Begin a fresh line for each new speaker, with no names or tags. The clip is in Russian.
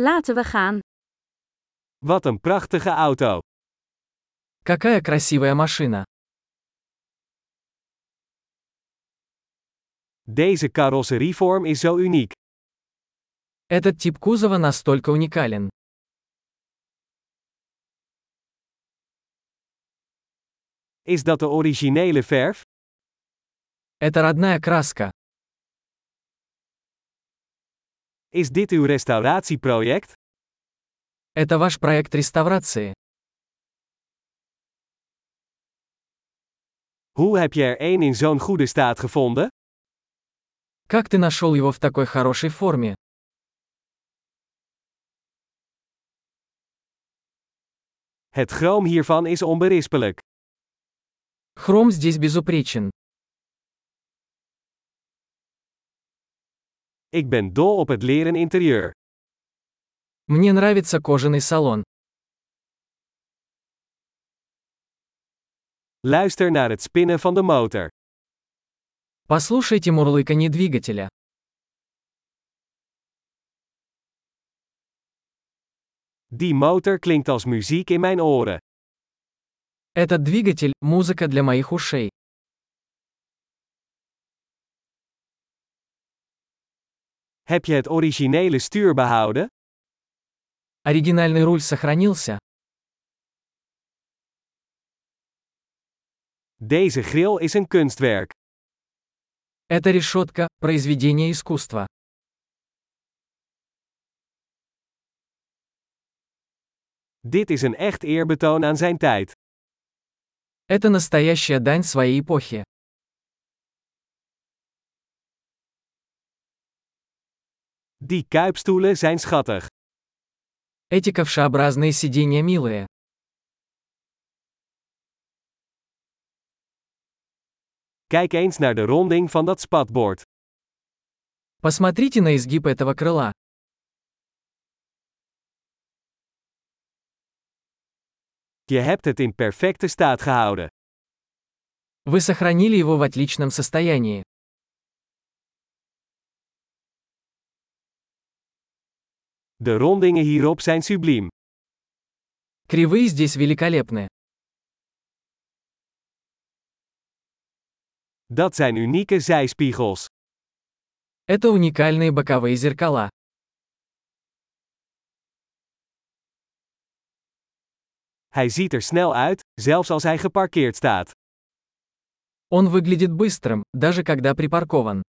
Laten we gaan.
Wat een prachtige auto.
Какая красивая машина.
Deze carrosserievorm is zo uniek.
Этот тип кузова настолько уникален.
Is dat de originele verf?
Это родная краска.
Is dit uw restauratieproject?
Это ваш проект реставрации.
Hoe heb je er één in zo'n goede staat gevonden?
Как ты нашел его в такой хорошей форме?
Het chroom hiervan is onberispelijk.
Хром здесь безупречен.
Ik ben dol op het leren interieur.
Мне нравится кожаный салон.
Luister naar het spinnen van de motor.
Послушайте мурлыканье двигателя.
Die motor klinkt als muziek in mijn oren.
Этот двигатель – музыка для моих ушей.
Heb je het originele stuur behouden?
Оригинальный руль сохранился.
Deze grill is een kunstwerk.
Эта решетка – произведение искусства.
Dit is een echt eerbetoon aan zijn tijd.
Это настоящая дань своей эпохи.
Die kuipstoelen zijn schattig.
Эти ковшеобразные сиденья милые.
Kijk eens naar de ronding van dat spatbord.
Посмотрите на изгиб этого крыла.
Je hebt het in perfecte staat gehouden.
Вы сохранили его в отличном состоянии.
De rondingen hierop zijn subliem.
Кривые здесь великолепны.
Dat zijn unieke zijspiegels.
Это уникальные боковые зеркала.
Hij ziet er snel uit, zelfs als hij geparkeerd staat.
Он выглядит быстрым, даже когда припаркован.